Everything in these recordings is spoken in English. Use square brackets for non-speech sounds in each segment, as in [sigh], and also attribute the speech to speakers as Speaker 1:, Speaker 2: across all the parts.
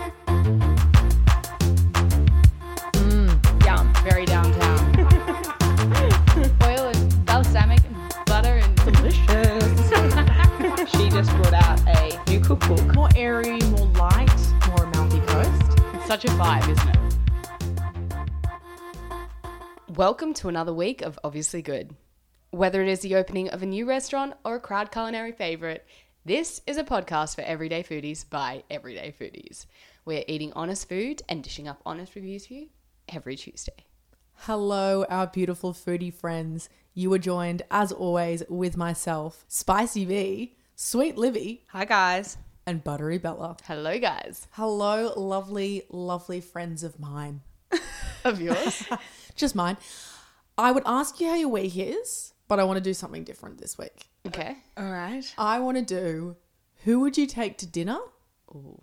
Speaker 1: [laughs] [laughs]
Speaker 2: just brought out a new cookbook.
Speaker 3: More airy, more light, more mouthy coast.
Speaker 1: It's such a vibe, isn't it? Welcome to another week of Obviously Good. Whether it is the opening of a new restaurant or a crowd culinary favourite, this is a podcast for everyday foodies by everyday foodies. We're eating honest food and dishing up honest reviews for you every Tuesday.
Speaker 3: Hello, our beautiful foodie friends. You are joined, as always, with myself, Spicy V, Sweet Livy,
Speaker 2: Hi guys.
Speaker 3: and Buttery Bella.
Speaker 1: Hello, guys.
Speaker 3: Hello, lovely, lovely friends of mine.
Speaker 1: Of yours?
Speaker 3: Just mine. I would ask you how your week is, but I want to do something different this week.
Speaker 1: [laughs] okay.
Speaker 2: All right.
Speaker 3: I want to do who would you take to dinner,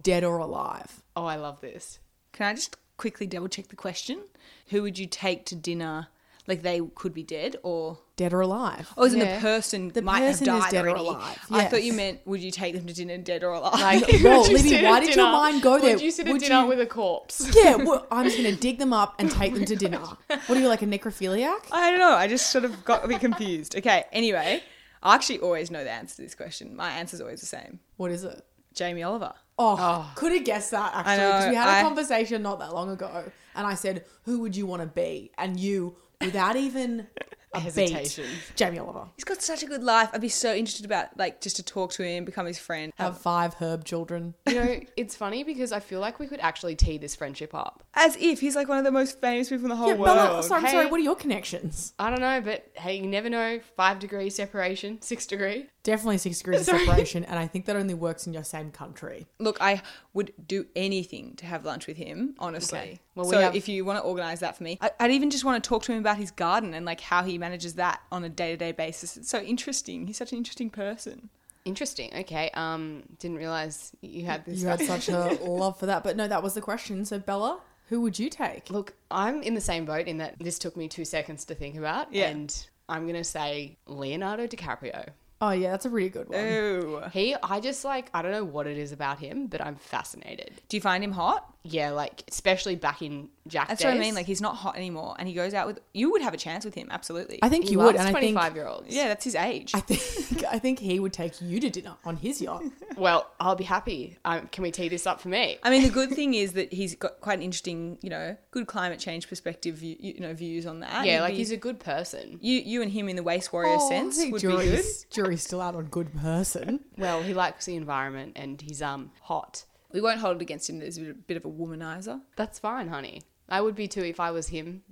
Speaker 3: dead or alive?
Speaker 1: Oh, I love this.
Speaker 2: Can I just quickly double check the question? Who would you take to dinner? Like they could be dead or
Speaker 3: Dead or alive?
Speaker 2: Oh, isn't
Speaker 1: Yeah.
Speaker 2: the person
Speaker 3: The
Speaker 2: might
Speaker 3: person is
Speaker 2: have died
Speaker 3: dead or
Speaker 2: already?
Speaker 3: alive,
Speaker 2: I thought you
Speaker 3: yes.
Speaker 2: meant would you take them to dinner dead or alive?
Speaker 1: Like, [laughs]
Speaker 3: Well,
Speaker 1: would you
Speaker 3: Libby,
Speaker 1: sit at
Speaker 3: why did your
Speaker 1: dinner-
Speaker 3: mind go there?
Speaker 1: Would you sit at
Speaker 3: Would
Speaker 1: dinner
Speaker 3: you-
Speaker 1: with a
Speaker 3: [laughs]
Speaker 1: corpse?
Speaker 3: Yeah, well, I'm just going to dig them up and take them to dinner. What are you, like a necrophiliac?
Speaker 2: [laughs] I don't know. I just sort of got a bit confused. Okay. Anyway, I actually always know the answer to this question. My answer's always the same.
Speaker 3: What is it?
Speaker 2: Jamie Oliver.
Speaker 3: Oh, could have guessed that actually.
Speaker 2: know,
Speaker 3: Because we had a
Speaker 2: I-
Speaker 3: conversation not that long ago, and I said, Who would you want to be? And you, without even a
Speaker 1: Hesitation.
Speaker 3: beat, Jamie Oliver.
Speaker 2: He's got such a good life. I'd be so interested about like just to talk to him, become his friend.
Speaker 3: Have five herb children.
Speaker 1: You know, it's funny because I feel like we could actually tee this friendship up.
Speaker 2: As if he's like one of the most famous people in the whole
Speaker 3: Yeah,
Speaker 2: world.
Speaker 3: Bella, sorry, I'm
Speaker 1: Hey.
Speaker 3: sorry, what are your connections?
Speaker 1: I don't know, but hey, you never know. Five degree separation, six degree.
Speaker 3: Definitely six degrees of separation, and I think that only works in your same country.
Speaker 2: Look, I would do anything to have lunch with him, honestly.
Speaker 1: Okay. Well, we
Speaker 2: so
Speaker 1: have-
Speaker 2: if you want to organize that for me, I, I'd even just want to talk to him about his garden and like how he manages that on a day to day basis. It's so interesting. He's such an interesting person.
Speaker 1: Interesting. Okay. Um, didn't realize you had this.
Speaker 3: You had such a love for that. But no, that was the question. So, Bella, who would you take?
Speaker 1: Look, I'm in the same boat in that this took me two seconds to think about,
Speaker 2: Yeah.
Speaker 1: and I'm gonna say Leonardo DiCaprio.
Speaker 3: Oh, yeah, that's a really good
Speaker 2: Uh,
Speaker 3: one.
Speaker 2: Ooh.
Speaker 1: He, I just like, I don't know what it is about him, but I'm fascinated.
Speaker 2: Do you find him hot?
Speaker 1: Yeah, like especially back in Jack.
Speaker 2: That's
Speaker 1: days.
Speaker 2: what I mean. Like he's not hot anymore, and he goes out with you would have a chance with him, absolutely.
Speaker 3: I think
Speaker 1: he
Speaker 3: you would,
Speaker 1: loves
Speaker 3: and I think
Speaker 1: 25 year olds.
Speaker 2: yeah, that's his age.
Speaker 3: I think [laughs] I think he would take you to dinner on his yacht.
Speaker 1: Well, I'll be happy. Um, can we tee this up for me?
Speaker 2: I mean, the good thing is that he's got quite an interesting, you know, good climate change perspective, you, you know, views on that.
Speaker 1: yeah,
Speaker 2: He'd
Speaker 1: like
Speaker 2: be-
Speaker 1: he's a Oh, good person.
Speaker 2: you, you and him in the waste warrior sense would be good.
Speaker 3: Oh, jury's, [laughs] jury's still out on good person.
Speaker 1: Well, he likes the environment and he's um hot.
Speaker 2: We won't hold it against him. There's a bit of a womanizer.
Speaker 1: That's fine, honey. I would be too if I was
Speaker 2: [laughs]
Speaker 1: him.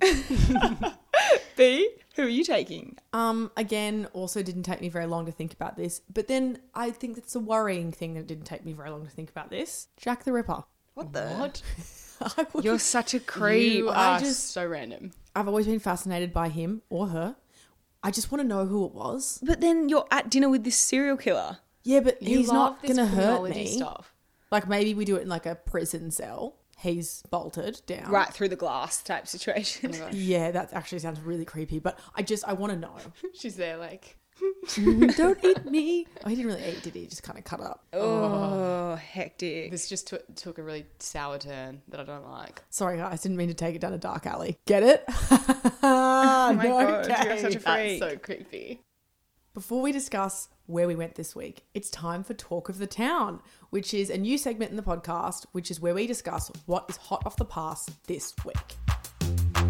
Speaker 2: B, who are you taking?
Speaker 3: Um, again, also didn't take me very long to think about this. But then I think it's a worrying thing that it didn't take me very long to think about this. Jack the Ripper. [laughs]
Speaker 2: What the?
Speaker 1: What?
Speaker 3: I would,
Speaker 2: You're such a creep.
Speaker 1: You
Speaker 3: I
Speaker 1: are
Speaker 3: just-
Speaker 1: so random.
Speaker 3: I've always been fascinated by him or her. I just want to know who it was.
Speaker 2: But then you're at dinner with this serial killer.
Speaker 3: Yeah, but
Speaker 1: You
Speaker 3: he's not
Speaker 1: love this
Speaker 3: going to hurt
Speaker 1: criminology
Speaker 3: me.
Speaker 1: Stuff. [laughs]
Speaker 3: Like maybe we do it in like a prison cell. He's bolted down.
Speaker 2: Right through the glass type situation. [laughs]
Speaker 3: Yeah, that actually sounds really creepy, but I just I want to [laughs] know.
Speaker 1: She's there like
Speaker 3: Don't eat me. Oh, he didn't really eat, did he? He Just kind of cut up.
Speaker 2: oh, hectic.
Speaker 1: this. Just took took a really sour turn that I don't like.
Speaker 3: Sorry, guys, didn't mean to take it down a dark alley. Get it? [laughs] oh
Speaker 2: my God, you're such a
Speaker 1: That's
Speaker 2: Freak.
Speaker 1: so creepy.
Speaker 3: Before we discuss where we went this week, it's time for Talk of the Town, which is a new segment in the podcast, which is where we discuss what is hot off the pass this week.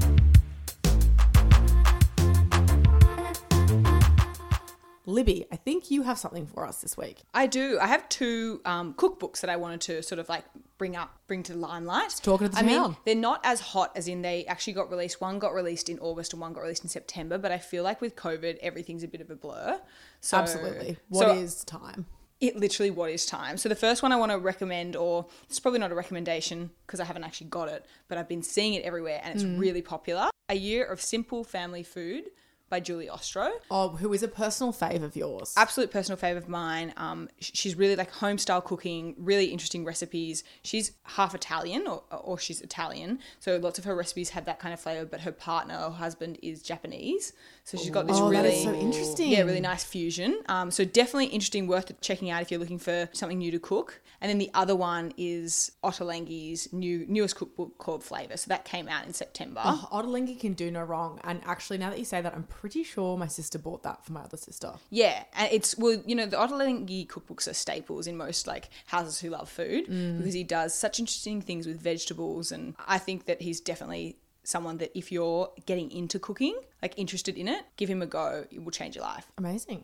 Speaker 3: Libby, I think you have something for us this week.
Speaker 2: I do. I have two um, cookbooks that I wanted to sort of like bring up, bring to the limelight.
Speaker 3: talking to the
Speaker 2: I
Speaker 3: town.
Speaker 2: mean, they're not as hot as in they actually got released. One got released in August and one got released in September. But I feel like with COVID, everything's a bit of a blur. Uh, So,
Speaker 3: Absolutely. What
Speaker 2: What is?
Speaker 3: is time?
Speaker 2: it literally what is time so the first one i want to recommend or it's probably not a recommendation because i haven't actually got it but i've been seeing it everywhere and it's really popular a year of simple family food by julie ostro
Speaker 3: Oh, who is a personal fave of yours?
Speaker 2: absolute personal fave of mine um, sh- she's really like home style cooking really interesting recipes she's half italian or, or she's italian so lots of her recipes have that kind of flavor but her partner or husband is japanese So she's got this
Speaker 3: Oh, that
Speaker 2: really
Speaker 3: is so interesting.
Speaker 2: Yeah, really nice fusion. Um, so definitely interesting, worth checking out if you're looking for something new to cook. And then the other one is Ottolenghi's new newest cookbook called Flavor. So that came out in September.
Speaker 3: Oh, Ottolenghi can do no wrong. And actually, now that you say that, I'm pretty sure my sister bought that for my other sister.
Speaker 2: Yeah, and it's well, you know, the Ottolenghi cookbooks are staples in most like houses who love food because he does such interesting things with vegetables, and I think that he's definitely someone that if you're getting into cooking, like interested in it, give him a go. It will change your life.
Speaker 3: Amazing.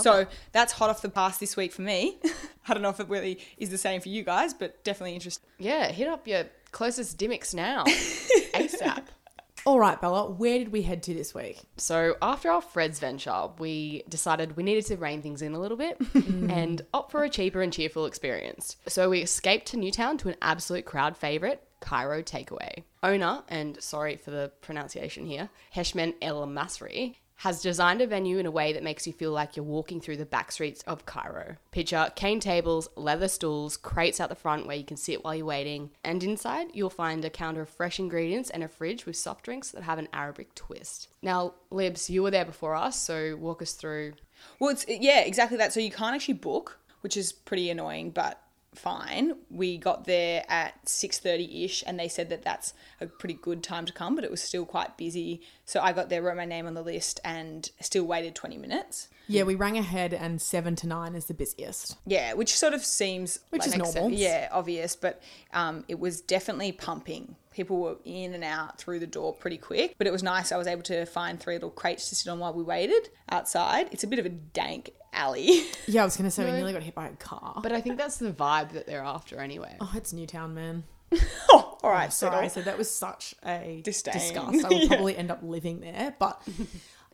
Speaker 2: so that's hot off the past this week for me. [laughs] I don't know if it really is the same for you guys, but definitely interesting.
Speaker 1: Yeah, hit up your closest dimmicks
Speaker 3: [laughs]
Speaker 1: now. ASAP.
Speaker 3: All right, Bella, where did we head to this week?
Speaker 1: So after our Fred's venture, we decided we needed to rein things in a little bit
Speaker 3: Mm.
Speaker 1: and opt for a cheaper and cheerful experience. So we escaped to Newtown to an absolute crowd favorite, Cairo Takeaway. Owner, and sorry for the pronunciation here, Heshman El Masri, has designed a venue in a way that makes you feel like you're walking through the back streets of Cairo. Picture cane tables, leather stools, crates out the front where you can sit while you're waiting, and inside you'll find a counter of fresh ingredients and a fridge with soft drinks that have an Arabic twist. Now, Libs, you were there before us, so walk us through.
Speaker 2: Well, it's yeah, exactly that. So you can't actually book, which is pretty annoying, but fine. We got there at six thirty ish, and they said that that's a pretty good time to come, but it was still quite busy. So I got there, wrote my name on the list, and still waited twenty minutes.
Speaker 3: Yeah, we rang ahead, and seven to nine is the busiest.
Speaker 2: Yeah, which sort of seems
Speaker 3: Which is
Speaker 2: makes
Speaker 3: normal.
Speaker 2: sense. Yeah, obvious, but um, it was definitely pumping. People were in and out through the door pretty quick, but it was nice. I was able to find three little crates to sit on while we waited outside. It's a bit of a dank alley. [laughs]
Speaker 3: Yeah, I was going to say we nearly got hit by a car.
Speaker 1: But I think that's the vibe that they're after anyway.
Speaker 3: oh, it's Newtown, man.
Speaker 2: oh, all right,
Speaker 3: Sorry, I
Speaker 2: sorry.
Speaker 3: said that was such a
Speaker 2: Disdain.
Speaker 3: disgust. I will probably end up living there, but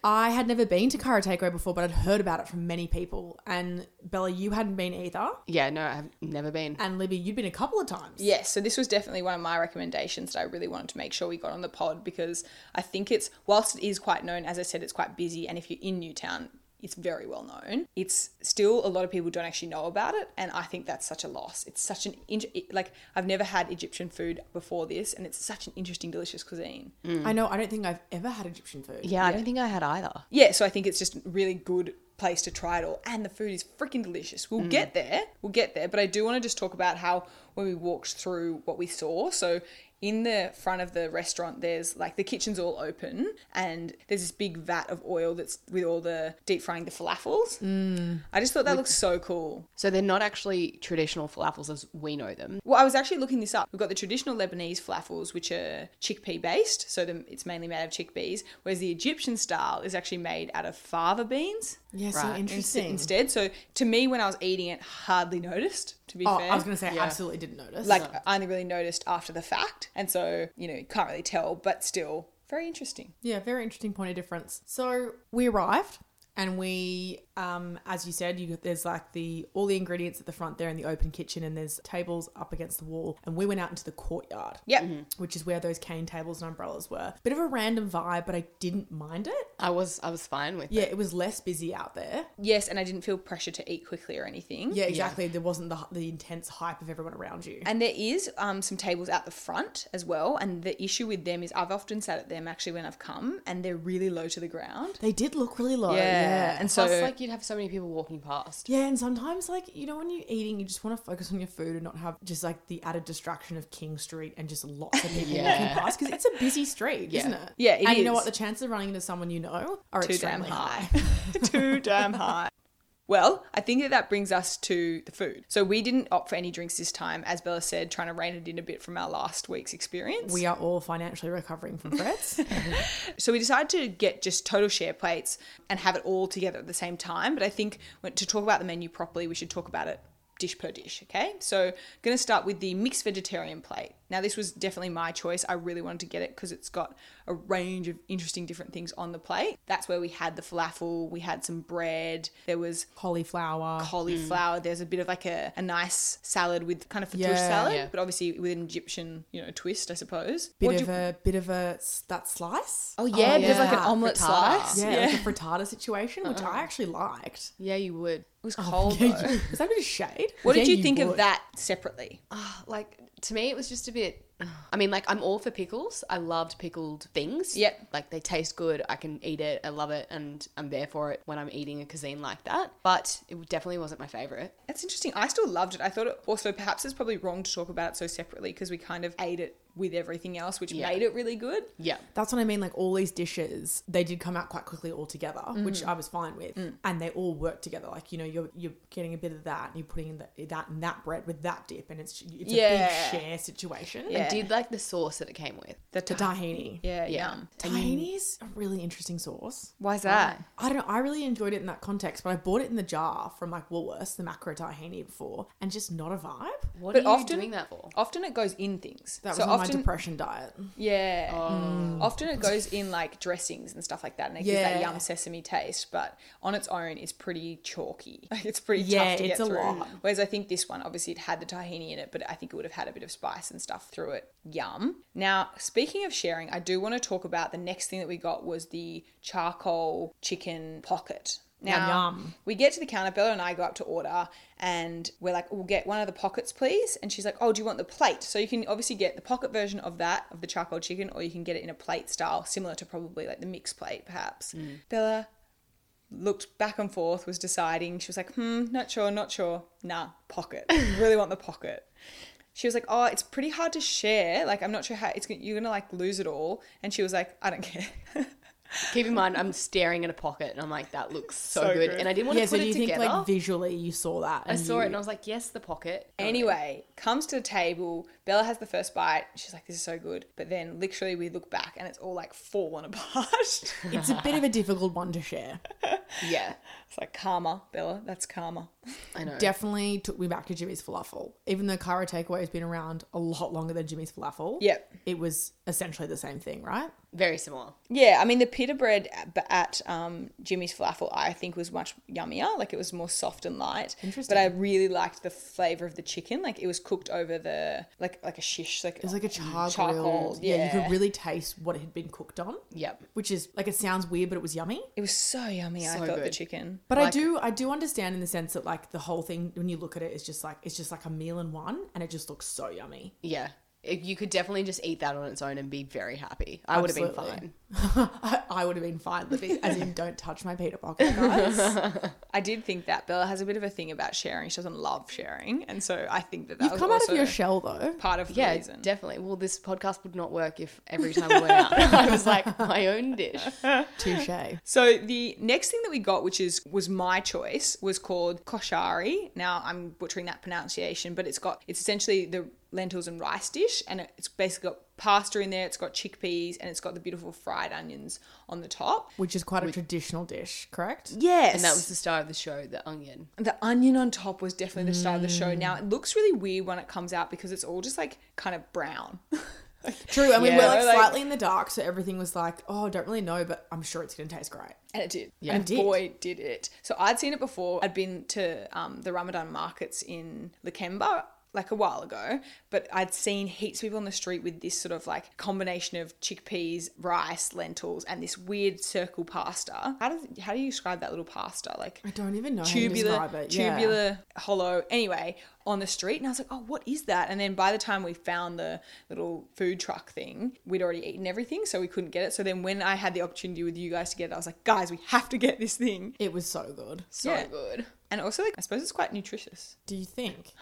Speaker 3: I had never been to Cairo Takeaway before, but I'd heard about it from many people. And Bella, you hadn't been either,
Speaker 1: Yeah, no, I've never been.
Speaker 3: and Libby, you'd been a couple of times.
Speaker 2: Yes, so this was definitely one of my recommendations that I really wanted to make sure we got on the pod because I think it's, whilst it is quite known, as I said, it's quite busy, and if you're in Newtown, it's very well known. It's still a lot of people don't actually know about it, and I think that's such a loss. It's such an in- like I've never had Egyptian food before this, and it's such an interesting, delicious cuisine.
Speaker 3: I know. I don't think I've ever had Egyptian food.
Speaker 1: yeah, I don't think I had either.
Speaker 2: Yeah, so I think it's just a really good place to try it all. And the food is freaking delicious. We'll get there. We'll get there. But I do want to just talk about how when we walked through what we saw. So in the front of the restaurant, there's like the kitchen's all open and there's this big vat of oil that's with all the deep frying the falafels. Mm. I just thought that looked so cool.
Speaker 1: So they're not actually traditional falafels as we know them.
Speaker 2: Well, I was actually looking this up. We've got the traditional Lebanese falafels, which are chickpea based, so the, it's mainly made of chickpeas, whereas the Egyptian style is actually made out of fava beans.
Speaker 3: Yeah, so
Speaker 1: Right.
Speaker 3: interesting.
Speaker 2: instead. So to me, when I was eating it, hardly noticed. To be
Speaker 3: oh,
Speaker 2: fair,
Speaker 3: I was going to say,
Speaker 1: Yeah.
Speaker 3: I absolutely didn't notice.
Speaker 2: like I only really noticed after the fact, and so you know you can't really tell, but still very interesting.
Speaker 3: Yeah, very interesting point of difference. So we arrived and we, um, as you said, you there's like the all the ingredients at the front there in the open kitchen, and there's tables up against the wall, and we went out into the courtyard.
Speaker 2: Yep.
Speaker 3: Which is where those cane tables and umbrellas were. Bit of a random vibe, but I didn't mind it.
Speaker 1: I was I was fine with
Speaker 3: Yeah, it was less busy out there.
Speaker 2: Yes, and I didn't feel pressure to eat quickly or anything.
Speaker 3: Yeah, exactly. There wasn't the, the intense hype of everyone around you.
Speaker 2: And there is um, some tables out the front as well, and the issue with them is I've often sat at them actually when I've come, and they're really low to the ground.
Speaker 3: They did look really low. Oh,
Speaker 2: Yeah,
Speaker 3: yeah.
Speaker 2: and so
Speaker 1: Plus, like you'd have so many people walking past.
Speaker 3: Yeah, and sometimes like you know when you're eating, you just want to focus on your food and not have just like the added distraction of King Street and just lots of people
Speaker 1: Yeah.
Speaker 3: walking past because it's a busy street, isn't it?
Speaker 2: Yeah, it
Speaker 3: and you know
Speaker 2: is.
Speaker 3: what? The chances of running into someone you know are
Speaker 2: too damn
Speaker 3: extremely
Speaker 2: high. [laughs] too damn high. Well, I think that that brings us to the food. So we didn't opt for any drinks this time, as Bella said, trying to rein it in a bit from our last week's experience.
Speaker 3: We are all financially recovering from Brett's.
Speaker 2: [laughs] so we decided to get just total share plates and have it all together at the same time. But I think when, to talk about the menu properly, we should talk about it dish per dish. Okay, so going to start with the mixed vegetarian plate. Now this was definitely my choice. I really wanted to get it because it's got a range of interesting different things on the plate. That's where we had the falafel, we had some bread, there was
Speaker 3: Cauliflower.
Speaker 2: cauliflower. There's a bit of like a, a nice salad with kind of fattoush
Speaker 3: Yeah.
Speaker 2: salad,
Speaker 1: Yeah.
Speaker 2: but obviously with an Egyptian, you know, twist, I suppose. What
Speaker 3: Bit
Speaker 2: do
Speaker 3: of
Speaker 2: you-
Speaker 3: a bit of a s- that slice.
Speaker 2: oh yeah,
Speaker 1: Oh,
Speaker 2: bit of like an
Speaker 1: yeah.
Speaker 2: omelette
Speaker 1: Frittata.
Speaker 2: slice.
Speaker 3: yeah,
Speaker 2: Yeah, Uh-uh.
Speaker 3: like
Speaker 2: it
Speaker 3: a frittata situation, which I actually liked.
Speaker 1: Yeah, you would.
Speaker 2: was
Speaker 3: [laughs]
Speaker 2: cold.
Speaker 3: Yeah,
Speaker 2: though.
Speaker 3: you- Is that a bit of shade?
Speaker 2: What
Speaker 3: Yeah,
Speaker 2: did you, think
Speaker 3: would.
Speaker 2: Uh, of that separately?
Speaker 1: Ah, like to me, it was just a bit. I mean, like, I'm all for pickles. I loved pickled things.
Speaker 2: Yep.
Speaker 1: Like, they taste good. I can eat it. I love it. And I'm there for it when I'm eating a cuisine like that. But it definitely wasn't my favorite.
Speaker 2: That's interesting. I still loved it. I thought it also perhaps it's probably wrong to talk about it so separately because we kind of ate it with everything else, which
Speaker 1: Yeah.
Speaker 2: made it really good.
Speaker 1: Yeah.
Speaker 3: That's what I mean. Like all these dishes, they did come out quite quickly all together, which I was fine with, and they all work together. Like you know, you're you're getting a bit of that, and you're putting in the, that and that bread with that dip, and it's it's
Speaker 2: Yeah.
Speaker 3: a big share situation.
Speaker 2: Yeah.
Speaker 1: I did like the sauce that it came with.
Speaker 2: The
Speaker 3: The
Speaker 2: ta-
Speaker 3: tahini.
Speaker 2: yeah,
Speaker 1: Yeah.
Speaker 2: yum.
Speaker 3: Tahini is a really interesting sauce.
Speaker 1: Why's that?
Speaker 3: I don't know. I really enjoyed it in that context, but I bought it in the jar from like Woolworths, the macro tahini before, and just not a vibe.
Speaker 1: What
Speaker 2: But
Speaker 1: are you
Speaker 2: often-
Speaker 1: doing that for?
Speaker 2: Often it goes in things.
Speaker 3: That was
Speaker 2: so
Speaker 3: on my
Speaker 2: often,
Speaker 3: depression diet.
Speaker 2: yeah. Often it goes in like dressings and stuff like that, and it gives
Speaker 3: Yeah.
Speaker 2: that yum sesame taste. But on its own, it's pretty chalky. [laughs] Like it's pretty
Speaker 3: Yeah,
Speaker 2: tough to
Speaker 3: it's
Speaker 2: get
Speaker 3: a
Speaker 2: through.
Speaker 3: lot.
Speaker 2: Whereas I think this one, obviously, it had the tahini in it, but I think it would have had a bit of spice and stuff through it. Yum. Now, speaking of sharing, I do want to talk about the next thing that we got was the charcoal chicken pocket. Now,
Speaker 3: yum.
Speaker 2: we get to the counter, Bella and I go up to order, and we're like, we'll get one of the pockets, please. And she's like, oh, do you want the plate? So you can obviously get the pocket version of that, of the charcoal chicken, or you can get it in a plate style, similar to probably like the mixed plate, perhaps. Bella looked back and forth, was deciding. She was like, hmm, not sure, not sure. Nah, pocket. [laughs] really want the pocket. She was like, oh, it's pretty hard to share. Like, I'm not sure how it's gonna, you're gonna like lose it all. And she was like, I don't care. [laughs]
Speaker 1: Keep in mind, I'm staring at a pocket and I'm like, that looks so,
Speaker 2: So
Speaker 1: good.
Speaker 2: good.
Speaker 1: And I didn't want
Speaker 3: Yeah,
Speaker 1: to
Speaker 3: so
Speaker 1: put
Speaker 3: do
Speaker 1: it
Speaker 3: you think
Speaker 1: together.
Speaker 3: like visually you saw that?
Speaker 1: I
Speaker 3: and
Speaker 1: saw
Speaker 3: you-
Speaker 1: it and I was like, yes, the pocket.
Speaker 2: Anyway, comes to the table. Bella has the first bite. She's like, this is so good. But then literally we look back and it's all like fallen [laughs] apart. it's
Speaker 3: It's a bit of a difficult one to share.
Speaker 1: Yeah.
Speaker 2: like karma, Bella. That's karma.
Speaker 1: I know.
Speaker 3: Definitely took me back to Jimmy's Falafel. Even though Cairo Takeaway has been around a lot longer than Jimmy's Falafel,
Speaker 2: Yep.
Speaker 3: it was essentially the same thing, right?
Speaker 1: Very similar.
Speaker 2: Yeah, I mean the pita bread at, b- at um, Jimmy's Falafel I think was much yummier. Like it was more soft and light.
Speaker 3: Interesting.
Speaker 2: But I really liked the flavor of the chicken. Like it was cooked over the like like a shish. Like
Speaker 3: It was like a charcoal.
Speaker 2: Mm, Charcoal,
Speaker 3: you
Speaker 2: yeah.
Speaker 3: could really taste what it had been cooked on,
Speaker 1: Yep.
Speaker 3: which is like it sounds weird, but it was yummy.
Speaker 2: it was so yummy. I
Speaker 1: So
Speaker 2: thought the
Speaker 1: good.
Speaker 2: chicken.
Speaker 3: But I
Speaker 1: Like-
Speaker 3: do, I do understand in the sense that like the whole thing when you look at it is just like it's just like a meal in one, and it just looks so yummy. [laughs]
Speaker 1: Yeah. If you could definitely just eat that on its own and be very happy. I would have been
Speaker 3: Absolutely.
Speaker 1: fine.
Speaker 3: I, I would have been fine with it, as
Speaker 2: [laughs]
Speaker 3: in don't touch my pita pocket, guys.
Speaker 2: I did think that Bella has a bit of a thing about sharing. She doesn't love sharing, and so I think that that
Speaker 3: You've
Speaker 2: was
Speaker 3: come out
Speaker 2: also
Speaker 3: of your shell though.
Speaker 2: part of the
Speaker 1: Yeah,
Speaker 2: reason.
Speaker 1: definitely. Well, this podcast would not work if every time we went out I was like my own dish.
Speaker 2: [laughs]
Speaker 3: Touche.
Speaker 2: So the next thing that we got, which is was my choice, was called koshari. Now I'm butchering that pronunciation, but it's got it's essentially the lentils and rice dish, and it's basically got pasta in there. It's got chickpeas, and it's got the beautiful fried onions on the top.
Speaker 3: which is quite a traditional dish, correct?
Speaker 2: Yes,
Speaker 1: And that was the star of the show, the onion.
Speaker 2: the onion on top was definitely the star of the show. Now it looks really weird when it comes out because it's all just like kind of brown.
Speaker 3: True, and we were
Speaker 2: Yeah.
Speaker 3: like,
Speaker 2: Like-
Speaker 3: slightly in the dark, so everything was like, oh, I don't really know, but I'm sure it's gonna taste great.
Speaker 2: And it did.
Speaker 1: Yeah.
Speaker 2: and
Speaker 3: It did.
Speaker 2: boy, did it. So I'd seen it before. I'd been to um, the Ramadan markets in Lakemba like a while ago, but I'd seen heaps of people on the street with this sort of like combination of chickpeas, rice, lentils, and this weird circle pasta. How do how do you describe that little pasta? Like
Speaker 3: I don't even know
Speaker 2: tubular,
Speaker 3: how to describe it. yeah.
Speaker 2: tubular, hollow. Anyway, on the street, and I was like, "Oh, what is that?" And then by the time we found the little food truck thing, we'd already eaten everything, so we couldn't get it. So then, when I had the opportunity with you guys to get it, I was like, "Guys, we have to get this thing."
Speaker 3: It was so good.
Speaker 1: So
Speaker 2: Yeah.
Speaker 1: good.
Speaker 2: And also, like, I suppose it's quite nutritious.
Speaker 3: Do you think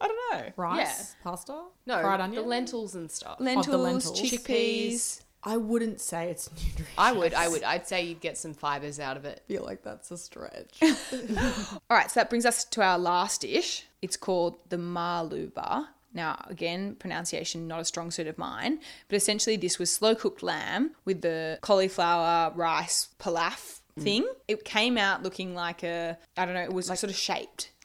Speaker 2: I don't know.
Speaker 3: rice, pasta,
Speaker 1: No,
Speaker 3: fried onion?
Speaker 1: the lentils and stuff.
Speaker 2: Lentils,
Speaker 3: lentils.
Speaker 2: chickpeas.
Speaker 3: I wouldn't say it's [laughs] nutritious.
Speaker 1: I would, I would. I'd say you'd get some fibers out of it.
Speaker 3: feel like that's a stretch. [laughs]
Speaker 2: All right, so that brings us to our last dish. It's called the maluba. Now, again, pronunciation not a strong suit of mine, but essentially this was slow cooked lamb with the cauliflower rice pilaf thing. It came out looking like a I don't know, it was like sort of shaped. [laughs]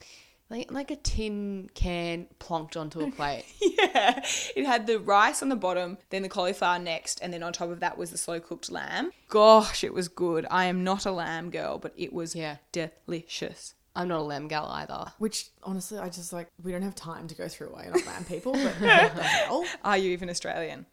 Speaker 1: Like, like a tin can plonked onto a plate.
Speaker 2: yeah. It had the rice on the bottom, then the cauliflower next, and then on top of that was the slow cooked lamb. Gosh, it was good. I am not a lamb girl, but it was
Speaker 1: Yeah.
Speaker 2: delicious.
Speaker 1: I'm not a lamb gal either.
Speaker 3: Which honestly, I just like we don't have time to go through why you're not man people, but [laughs] what the hell?
Speaker 2: Are you even Australian?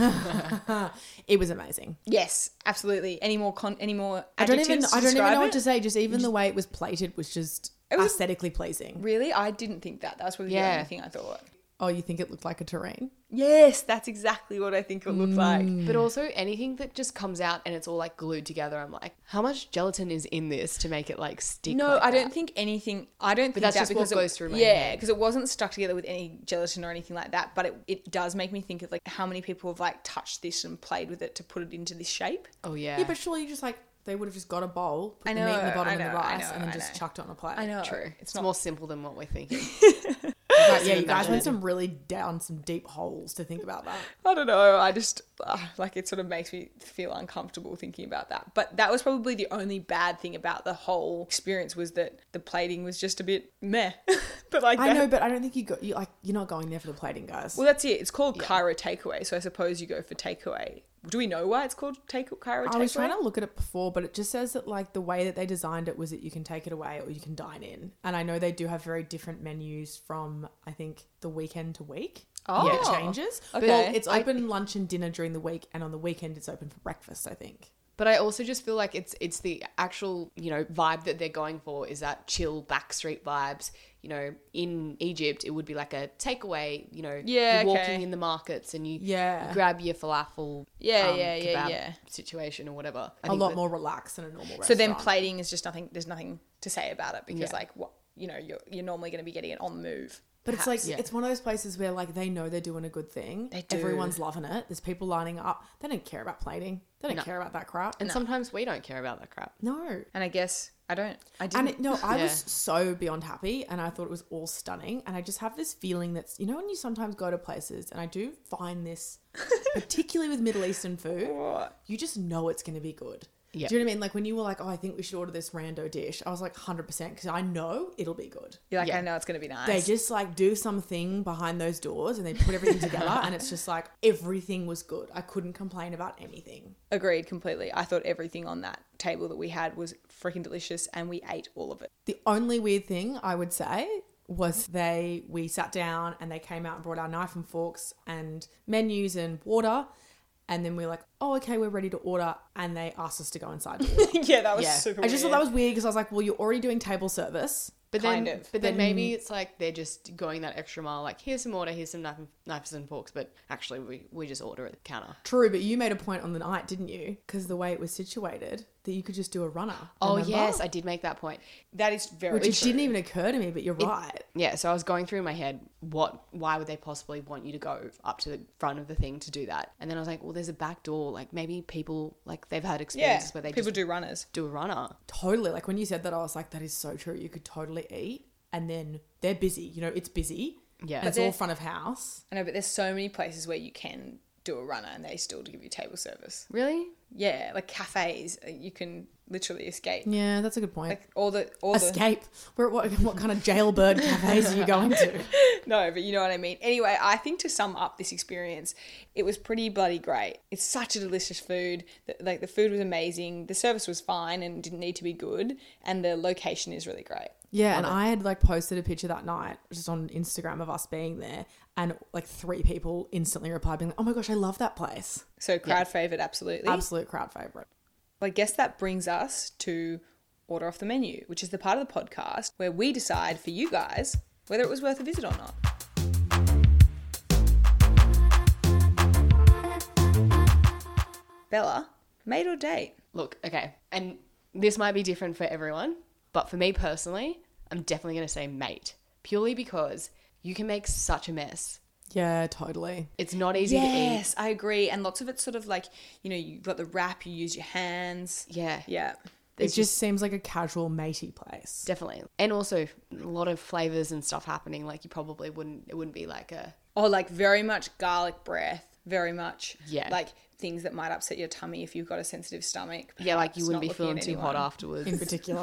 Speaker 3: [laughs] it was amazing.
Speaker 2: Yes, absolutely. Any more con? Any more?
Speaker 3: I don't even
Speaker 2: adjectives to
Speaker 3: I don't even
Speaker 2: describe
Speaker 3: know what
Speaker 2: it?
Speaker 3: to say. Just even the way it was plated was just
Speaker 2: was-
Speaker 3: aesthetically pleasing.
Speaker 2: Really, I didn't think that. That was probably the
Speaker 1: Yeah.
Speaker 2: only thing I thought.
Speaker 3: Oh, you think it looked like a terrain?
Speaker 2: Yes, that's exactly what I think it looked like.
Speaker 1: But also anything that just comes out and it's all like glued together, I'm like, how much gelatin is in this to make it like stick?
Speaker 2: No,
Speaker 1: like
Speaker 2: I don't
Speaker 1: that?
Speaker 2: think anything. I don't think
Speaker 1: that's
Speaker 2: that
Speaker 1: just what
Speaker 2: because
Speaker 1: goes
Speaker 2: it,
Speaker 1: through my
Speaker 2: yeah,
Speaker 1: head.
Speaker 2: because it wasn't stuck together with any gelatin or anything like that. But it, it does make me think of like how many people have like touched this and played with it to put it into this shape.
Speaker 1: Oh yeah.
Speaker 3: Yeah, but surely you just like they would have just got a bowl, put
Speaker 2: I
Speaker 3: the meat in the
Speaker 2: know,
Speaker 3: bottom
Speaker 2: I
Speaker 3: and the
Speaker 2: know, I
Speaker 3: rice,
Speaker 2: know,
Speaker 3: and then
Speaker 2: I
Speaker 3: just
Speaker 2: know.
Speaker 3: chucked it on a plate.
Speaker 1: True. Uh, It's,
Speaker 2: It's not.
Speaker 1: more simple than what we're thinking.
Speaker 3: But yeah, you guys
Speaker 1: imagine
Speaker 3: went
Speaker 1: it.
Speaker 3: some really down some deep holes to think about that.
Speaker 2: I don't know. I just ah, like it sort of makes me feel uncomfortable thinking about that. But that was probably the only bad thing about the whole experience was that the plating was just a bit meh. [laughs] but like
Speaker 3: I
Speaker 2: that-
Speaker 3: know, but I don't think you got you like you're not going there for the plating, guys.
Speaker 2: Well, that's it. It's called Cairo takeaway. So I suppose you go for takeaway. Do we know why it's called take Cairo takeaway?
Speaker 3: I was trying to look at it before, but it just says that like the way that they designed it was that you can take it away or you can dine in. And I know they do have very different menus from I think the weekend to week.
Speaker 2: Oh.
Speaker 3: it changes.
Speaker 2: Okay.
Speaker 3: Well, it's open lunch and dinner during the week, and on the weekend it's open for breakfast. I think.
Speaker 1: [laughs] But I also just feel like it's it's the actual you know vibe that they're going for is that chill backstreet vibes. You know, in Egypt, it would be like a takeaway. You know,
Speaker 2: Yeah,
Speaker 1: you're walking
Speaker 2: okay.
Speaker 1: in the markets and you
Speaker 3: Yeah.
Speaker 1: you grab your falafel um,
Speaker 2: Yeah, yeah, yeah,
Speaker 1: kebab
Speaker 2: yeah.
Speaker 1: situation or whatever. I
Speaker 3: A
Speaker 1: think
Speaker 3: lot
Speaker 1: that-
Speaker 3: more relaxed than a normal.
Speaker 2: So then
Speaker 3: restaurant.
Speaker 2: plating is just nothing. There's nothing to say about it because
Speaker 1: Yeah.
Speaker 2: like what you know you're you're normally going to be getting it on the move.
Speaker 3: But it's like
Speaker 1: yeah.
Speaker 3: it's one of those places where like they know they're doing a good thing.
Speaker 2: They do.
Speaker 3: Everyone's loving it. There's people lining up. They don't care about plating. They don't
Speaker 1: No.
Speaker 3: care about that crap.
Speaker 1: And sometimes we don't care about that crap.
Speaker 3: no.
Speaker 2: And I guess I don't. I didn't.
Speaker 3: And it, no, I
Speaker 1: Yeah.
Speaker 3: was so beyond happy, and I thought it was all stunning. And I just have this feeling that's you know when you sometimes go to places, and I do
Speaker 1: [laughs]
Speaker 3: find this, particularly with Middle Eastern food,
Speaker 2: What?
Speaker 3: you just know it's going to be good.
Speaker 1: Yeah.
Speaker 3: Do you know what I mean? Like when you were like, "Oh, I think we should order this rando dish," I was like, "100," percent because I know it'll be good.
Speaker 2: You're like
Speaker 1: Yeah.
Speaker 2: I know it's going to be nice.
Speaker 3: They just like do something behind those doors and they put everything together, and it's just like everything was good. I couldn't complain about anything.
Speaker 2: Agreed completely. I thought everything on that table that we had was freaking delicious, and we ate all of it. [laughs]
Speaker 3: The only weird thing I would say was they we sat down and they came out and brought our knife and forks and menus and water. And then we were like, oh, okay, we're ready to order. And they asked us to
Speaker 1: [laughs]
Speaker 3: go inside. to order.
Speaker 2: yeah, that was
Speaker 1: Yeah.
Speaker 2: super.
Speaker 3: I just thought
Speaker 2: weird.
Speaker 3: that was weird because I was like, well, you're already doing table service.
Speaker 1: But
Speaker 2: Kind
Speaker 1: then,
Speaker 2: of.
Speaker 1: but then maybe it's like they're just going that extra mile. Like here's some water, here's some knife, knives and forks, but actually we, we just order at the counter.
Speaker 3: True, but you made a point on the night, didn't you? Because the way it was situated, that you could just do a runner.
Speaker 1: Oh
Speaker 3: remember?
Speaker 1: yes, I did make that point.
Speaker 2: that is very.
Speaker 3: Which it
Speaker 2: true.
Speaker 3: didn't even occur to me, but you're right.
Speaker 1: Yeah, so I was going through in my head what why would they possibly want you to go up to the front of the thing to do that? And then I was like, well, there's a back door. Like maybe people like they've had
Speaker 2: Yeah,
Speaker 1: experiences where they
Speaker 2: people
Speaker 1: just
Speaker 2: do runners.
Speaker 1: do a runner.
Speaker 3: Totally. Like when you said that, I was like, that is so true. You could totally eat. And then they're busy. You know, it's busy.
Speaker 1: Yeah.
Speaker 3: And
Speaker 1: But
Speaker 3: it's all
Speaker 2: they're-
Speaker 3: front of house.
Speaker 2: I know, but there's so many places where you can do a runner and they still give you table service.
Speaker 1: Really?
Speaker 2: Yeah, like cafes, uh, you can literally escape.
Speaker 3: Yeah, that's a good point.
Speaker 2: Like all the all the
Speaker 3: Escape. Where what, [laughs] what kind of
Speaker 2: [laughs]
Speaker 3: jailbird cafes are you going to?
Speaker 2: No, but you know what I mean. Anyway, I think to sum up this experience, it was pretty bloody great. It's such a delicious food. The, like the food was amazing. The service was fine and didn't need to be good. And the location is really great.
Speaker 3: Yeah, and I had like posted a picture that night just on Instagram of us being there, and like three people instantly replied, being like, "Oh my gosh, I love that place!
Speaker 2: So crowd favorite, absolutely.
Speaker 3: Absolute crowd favorite."
Speaker 2: Well, I guess that brings us to order off the menu, which is the part of the podcast where we decide for you guys whether it was worth a visit or not. Bella, mate or date?
Speaker 1: Look, okay. And this might be different for everyone, but for me personally, I'm definitely going to say mate, purely because you can make such a mess.
Speaker 3: Yeah, totally.
Speaker 1: It's not easy to eat.
Speaker 2: Yes, I agree. And lots of it's sort of like, you know, you've got the wrap, you use your hands.
Speaker 1: Yeah.
Speaker 2: Yeah.
Speaker 3: It just, seems like a casual matey place.
Speaker 1: Definitely. And also a lot of flavors and stuff happening like you probably wouldn't it wouldn't be like a
Speaker 2: Or like very much garlic breath, very much
Speaker 1: Yeah.
Speaker 2: like things that might upset your tummy if you've got a sensitive stomach.
Speaker 1: yeah, like you
Speaker 2: It's
Speaker 1: wouldn't be
Speaker 2: not looking
Speaker 1: feeling
Speaker 2: at
Speaker 1: too
Speaker 2: anyone.
Speaker 1: hot afterwards. [laughs]
Speaker 3: in particular. [laughs]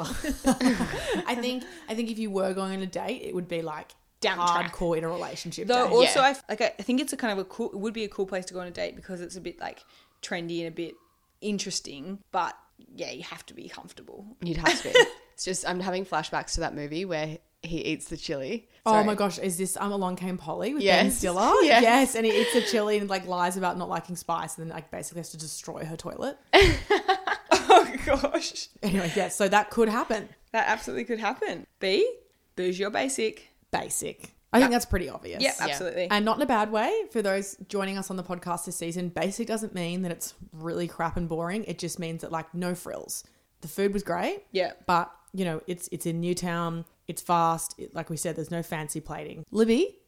Speaker 3: I think I think if you were going on a date, it would be like
Speaker 2: Down track.
Speaker 3: hardcore in a relationship.
Speaker 2: Though
Speaker 3: date.
Speaker 2: also,
Speaker 1: Yeah.
Speaker 2: I f I like I think it's a kind of a cool. It would be a cool place to go on a date because it's a bit like trendy and a bit interesting. But yeah, you have to be comfortable. [laughs]
Speaker 1: You'd have
Speaker 3: [laughs]
Speaker 1: to. Be. it's just I'm having flashbacks to that movie where he eats the chili.
Speaker 3: Oh
Speaker 1: Sorry.
Speaker 3: my gosh, is this I'm Along Came Polly with Ben
Speaker 1: Yes.
Speaker 3: Stiller?
Speaker 1: [laughs] Yes.
Speaker 3: Yes, and he eats a chili and like lies about not liking spice and then like basically has to destroy her toilet.
Speaker 1: [laughs]
Speaker 2: Oh gosh,
Speaker 3: Anyway, yes, so that could happen.
Speaker 2: that absolutely could happen. B, bouge your basic.
Speaker 3: Basic. I think that's pretty obvious.
Speaker 2: Yeah, absolutely.
Speaker 3: And not in a bad way for those joining us on the podcast this season. Basically, doesn't mean that it's really crap and boring. It just means that like no frills. The food was great.
Speaker 2: Yeah.
Speaker 3: But you know, it's it's in Newtown. It's fast. It, like we said, there's no fancy plating. Libby,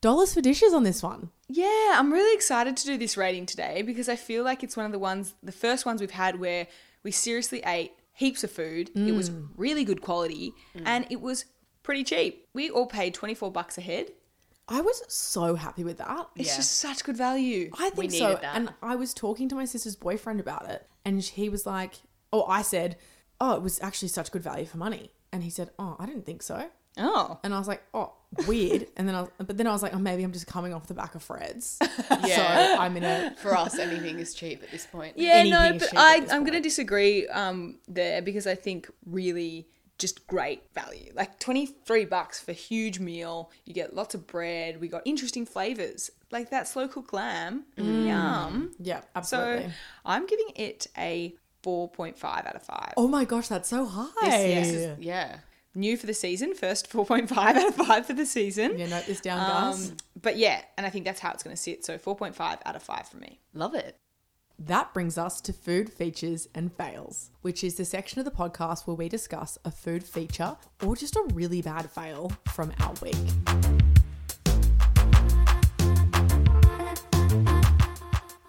Speaker 3: dollars for dishes on this one.
Speaker 2: Yeah, I'm really excited to do this rating today because I feel like it's one of the ones, the first ones we've had where we seriously ate heaps of food. It was really good quality and it was pretty cheap. We all paid 24 bucks a head.
Speaker 3: I was so happy
Speaker 1: [laughs]
Speaker 3: with that.
Speaker 2: It's
Speaker 1: Yeah.
Speaker 2: just such good value.
Speaker 3: I think
Speaker 1: needed
Speaker 3: so.
Speaker 1: that.
Speaker 3: And I was talking to my sister's boyfriend about it, and he was like, "Oh, I said, oh, it was actually such good value for money." And he said, "Oh, I didn't think so."
Speaker 2: Oh.
Speaker 3: And I was like, "Oh, weird." and then I, was, but then I was like, "Oh, maybe I'm just coming off the back of
Speaker 2: [laughs]
Speaker 3: Fred's."
Speaker 1: Yeah.
Speaker 3: So I'm in a.
Speaker 1: For us, anything is cheap at this point.
Speaker 2: Yeah,
Speaker 3: anything
Speaker 2: no,
Speaker 3: is
Speaker 2: but
Speaker 3: cheap at
Speaker 2: I,
Speaker 3: this
Speaker 2: I'm going to disagree um, there because I think really just great value. Like 23 bucks for huge meal. You get lots of bread. We got interesting flavors like that slow cooked lamb. Yum.
Speaker 3: Yeah,
Speaker 2: So
Speaker 3: absolutely.
Speaker 2: I'm giving it a 4.5 out of 5.
Speaker 3: oh my gosh, that's so high.
Speaker 2: This- this
Speaker 1: Yeah. Yeah.
Speaker 2: New for the season, first 4.5 [laughs] out of 5 for the season.
Speaker 3: yeah, note this down, guys.
Speaker 2: Um, but yeah, and I think that's how it's going to sit. So 4.5 out of 5 for me.
Speaker 1: Love it.
Speaker 3: That brings us to food features and fails, which is the section of the podcast where we discuss a food feature or just a really bad fail from our week.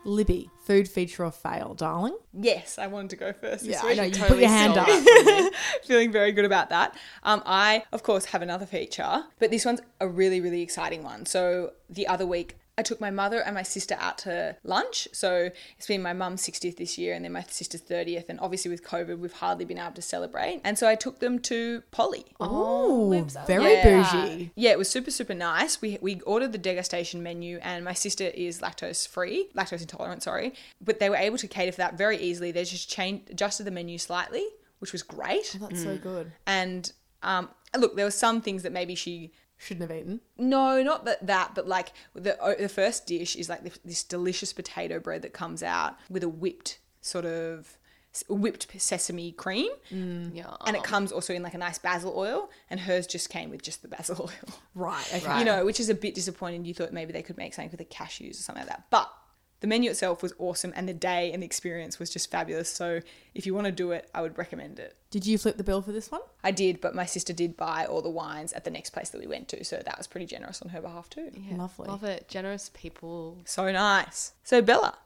Speaker 3: Libby, food feature or fail, darling?
Speaker 2: Yes, I wanted to go first. This
Speaker 3: Yeah, I
Speaker 2: week.
Speaker 3: know,
Speaker 2: [laughs]
Speaker 3: you put
Speaker 2: Totally
Speaker 3: your hand
Speaker 2: stole
Speaker 3: up.
Speaker 2: that from me. Feeling very good about that. Um, I, of course, have another feature, but this one's a really, really exciting one. So the other week, I took my mother and my sister out to lunch. So it's been my mum's 60th this year and then my sister's 30th. And obviously, with COVID, we've hardly been able to celebrate. And so I took them to Polly.
Speaker 3: Oh, very
Speaker 1: Yeah.
Speaker 3: bougie.
Speaker 2: Yeah, it was super, super nice. We, we ordered the degustation menu, and my sister is lactose free, lactose intolerant, sorry. But they were able to cater for that very easily. They just changed, adjusted the menu slightly, which was great.
Speaker 3: That's so good.
Speaker 2: And um, look, there were some things that maybe she
Speaker 3: Shouldn't have eaten.
Speaker 2: no, not that, that but like the o- the first dish is like this, this delicious potato bread that comes out with a whipped sort of s- whipped sesame cream,
Speaker 3: Mm.
Speaker 1: Yeah.
Speaker 2: and it comes also in like a nice basil oil. And hers just came with just the basil [laughs] oil.
Speaker 3: Right. Okay.
Speaker 2: you know, which is a bit disappointing. You thought maybe they could make something with the cashews or something like that. But the menu itself was awesome and the day and the experience was just fabulous. So if you want to do it, I would recommend it.
Speaker 3: Did you flip the bill for this one?
Speaker 2: I did, but my sister did buy all the wines at the next place that we went to. So that was pretty generous on her behalf too.
Speaker 1: Yeah.
Speaker 3: Lovely.
Speaker 1: Love it. Generous people.
Speaker 2: So nice. So Bella,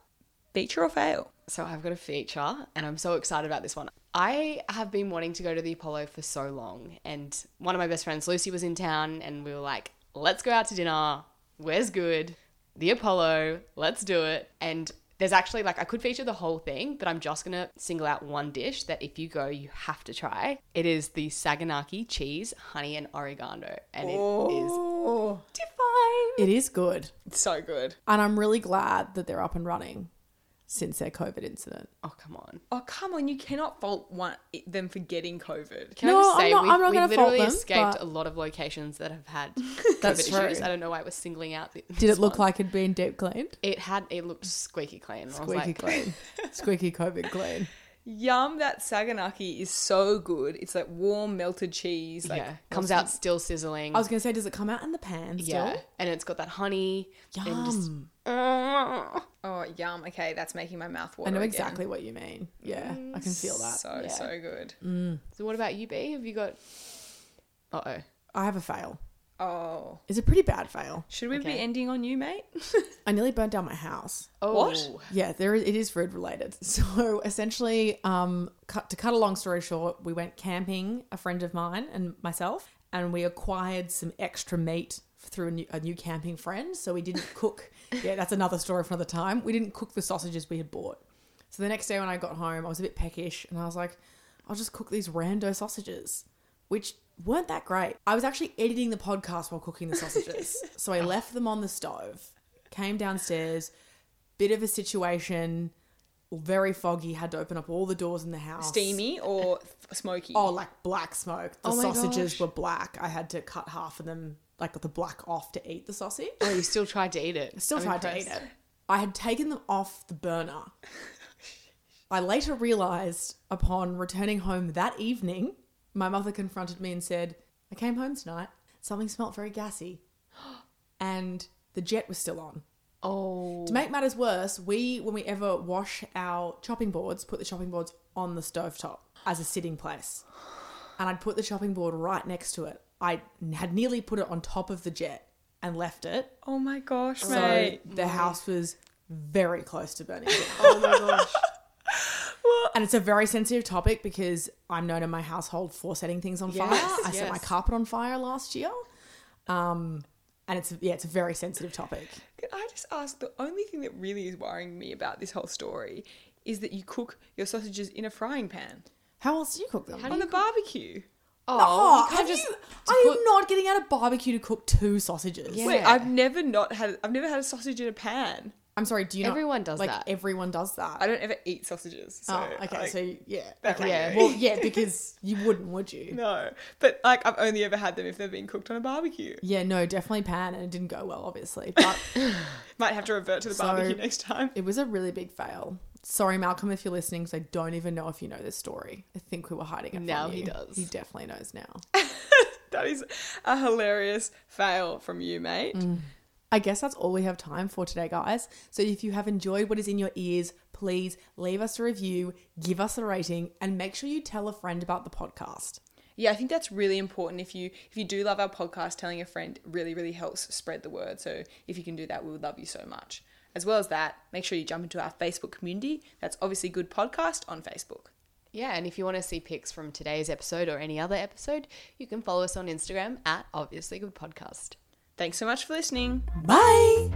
Speaker 2: feature or fail?
Speaker 1: So I've got a feature and I'm so excited about this one. I have been wanting to go to the Apollo for so long and one of my best friends Lucy was in town and we were like, "Let's go out to dinner. Where's good? The Apollo. Let's do it." And there's actually like I could feature the whole thing, but I'm just going to single out one dish that if you go, you have to try. It is the Saganaki cheese, honey and oregano and
Speaker 2: Oh,
Speaker 1: it is divine.
Speaker 3: It is good.
Speaker 2: it's so good.
Speaker 3: And I'm really glad that they're up and running since their COVID incident.
Speaker 1: Oh, come on.
Speaker 2: Oh come on, you cannot fault one them for getting COVID.
Speaker 1: Can
Speaker 3: No,
Speaker 1: I just
Speaker 3: I'm
Speaker 1: say
Speaker 3: not-
Speaker 1: we've,
Speaker 3: I'm not
Speaker 1: we've
Speaker 3: gonna fault
Speaker 1: literally
Speaker 3: them,
Speaker 1: escaped
Speaker 3: but-
Speaker 1: a lot of locations that have
Speaker 3: [laughs]
Speaker 1: had
Speaker 3: That's
Speaker 1: COVID issues.
Speaker 3: true.
Speaker 1: I don't know why we're singling out. The,
Speaker 3: Did it look like it'd been deep cleaned?
Speaker 1: it had? It looked squeaky clean. I was
Speaker 3: Squeaky
Speaker 1: like,
Speaker 3: clean. Squeaky COVID clean.
Speaker 2: Yum, that saganaki is so good. It's like warm melted cheese.
Speaker 1: [laughs]
Speaker 2: Like
Speaker 1: yeah, comes out still sizzling.
Speaker 3: I was gonna say, does it come out in the pan still?
Speaker 1: yeah, and it's got that honey. And just,
Speaker 3: Yum.
Speaker 2: Oh, yum. Okay, that's making my mouth water.
Speaker 3: I know
Speaker 2: again.
Speaker 3: exactly what you mean. Yeah, I can feel that.
Speaker 2: So,
Speaker 1: Yeah.
Speaker 2: so good.
Speaker 1: [laughs] so, what about you, B? Have you got? Uh oh.
Speaker 3: I have a fail.
Speaker 2: Oh.
Speaker 3: It's a pretty bad fail.
Speaker 2: Should we be
Speaker 1: Okay.
Speaker 2: ending on you, mate?
Speaker 3: I nearly burnt down my house.
Speaker 1: Oh,
Speaker 2: What?
Speaker 3: Yeah, there is, it is food related. [laughs] So essentially, um, cut, to cut a long story short, we went camping, a friend of mine and myself, and we acquired some extra meat through a new, a new camping friend. So we didn't [laughs] cook. yeah, that's another story for another time. We didn't cook the sausages we had bought. So the next day when I got home, I was a bit peckish and I was like, I'll just cook these rando sausages, which weren't that great. I was actually editing the podcast while cooking the sausages. so I left them on the stove, came downstairs, bit of a situation, very foggy, had to open up all the doors in the house.
Speaker 2: Steamy or f- smoky?
Speaker 3: Oh, like black smoke. The
Speaker 2: Oh my
Speaker 3: sausages
Speaker 2: gosh.
Speaker 3: were black. I had to cut half of them, like the black off to eat the sausage.
Speaker 1: Oh, you still tried to eat it.
Speaker 3: Still
Speaker 1: I'm
Speaker 3: tried to eat
Speaker 1: impressed.
Speaker 3: it. I had taken them off the burner. I later realized upon returning home that evening, my mother confronted me and said, I came home tonight. Something smelt very gassy. [gasps] and the jet was still on.
Speaker 1: Oh.
Speaker 3: To make matters worse, we, when we ever wash our chopping boards, put the chopping boards on the stovetop as a sitting place. And I'd put the chopping board right next to it. I had nearly put it on top of the jet and left it.
Speaker 2: Oh my gosh,
Speaker 3: So
Speaker 2: mate.
Speaker 3: the house was very close to burning down.
Speaker 1: Mm. [laughs] Oh my
Speaker 3: [laughs]
Speaker 1: gosh.
Speaker 3: And it's a very sensitive topic because I'm known in my household for setting things on fire.
Speaker 1: Yes,
Speaker 3: I set my
Speaker 1: yes.
Speaker 3: carpet on fire last year. Um, and it's yeah, it's a very sensitive topic.
Speaker 2: Can I just ask the only thing that really is worrying me about this whole story is that you cook your sausages in a frying pan
Speaker 3: How else do you cook them?
Speaker 1: How do
Speaker 2: on
Speaker 1: you
Speaker 2: the barbecue.
Speaker 1: Oh,
Speaker 3: Oh,
Speaker 1: you can't
Speaker 3: have
Speaker 1: just.
Speaker 3: you- I am not getting out of barbecue to cook two sausages.
Speaker 1: Yeah.
Speaker 2: Wait, I've never not had I've never had a sausage in a pan.
Speaker 3: I'm sorry. Do you?
Speaker 1: Everyone
Speaker 3: not,
Speaker 1: does
Speaker 3: like,
Speaker 1: that.
Speaker 3: Everyone does that.
Speaker 2: I don't ever eat sausages. So
Speaker 3: oh, okay.
Speaker 2: like,
Speaker 3: so you- yeah.
Speaker 2: that
Speaker 3: okay.
Speaker 2: might
Speaker 1: Yeah.
Speaker 2: go.
Speaker 3: Well, yeah, because you wouldn't, would you?
Speaker 2: no, but like I've only ever had them if they've been cooked on a barbecue.
Speaker 3: Yeah, no, definitely pan, and it didn't go well, obviously. But [laughs]
Speaker 2: Might have to revert to the
Speaker 3: So-
Speaker 2: barbecue next time. [laughs]
Speaker 3: it was a really big fail. Sorry, Malcolm, if you're listening, because I don't even know if you know this story. I think we were hiding it.
Speaker 1: Now
Speaker 3: from
Speaker 1: he
Speaker 3: you.
Speaker 1: does.
Speaker 3: He definitely knows now.
Speaker 2: That is a hilarious fail from you, mate.
Speaker 3: I guess that's all we have time for today, guys. So if you have enjoyed what is in your ears, please leave us a review, give us a rating, and make sure you tell a friend about the podcast.
Speaker 2: Yeah, I think that's really important. If you if you do love our podcast, telling a friend really really helps spread the word. So if you can do that, we would love you so much. As well as that, make sure you jump into our Facebook community. That's obviously good podcast on Facebook.
Speaker 1: Yeah, and if you want to see pics from today's episode or any other episode, you can follow us on Instagram at Obviously Good Podcast.
Speaker 2: Thanks so much for listening.
Speaker 3: Bye.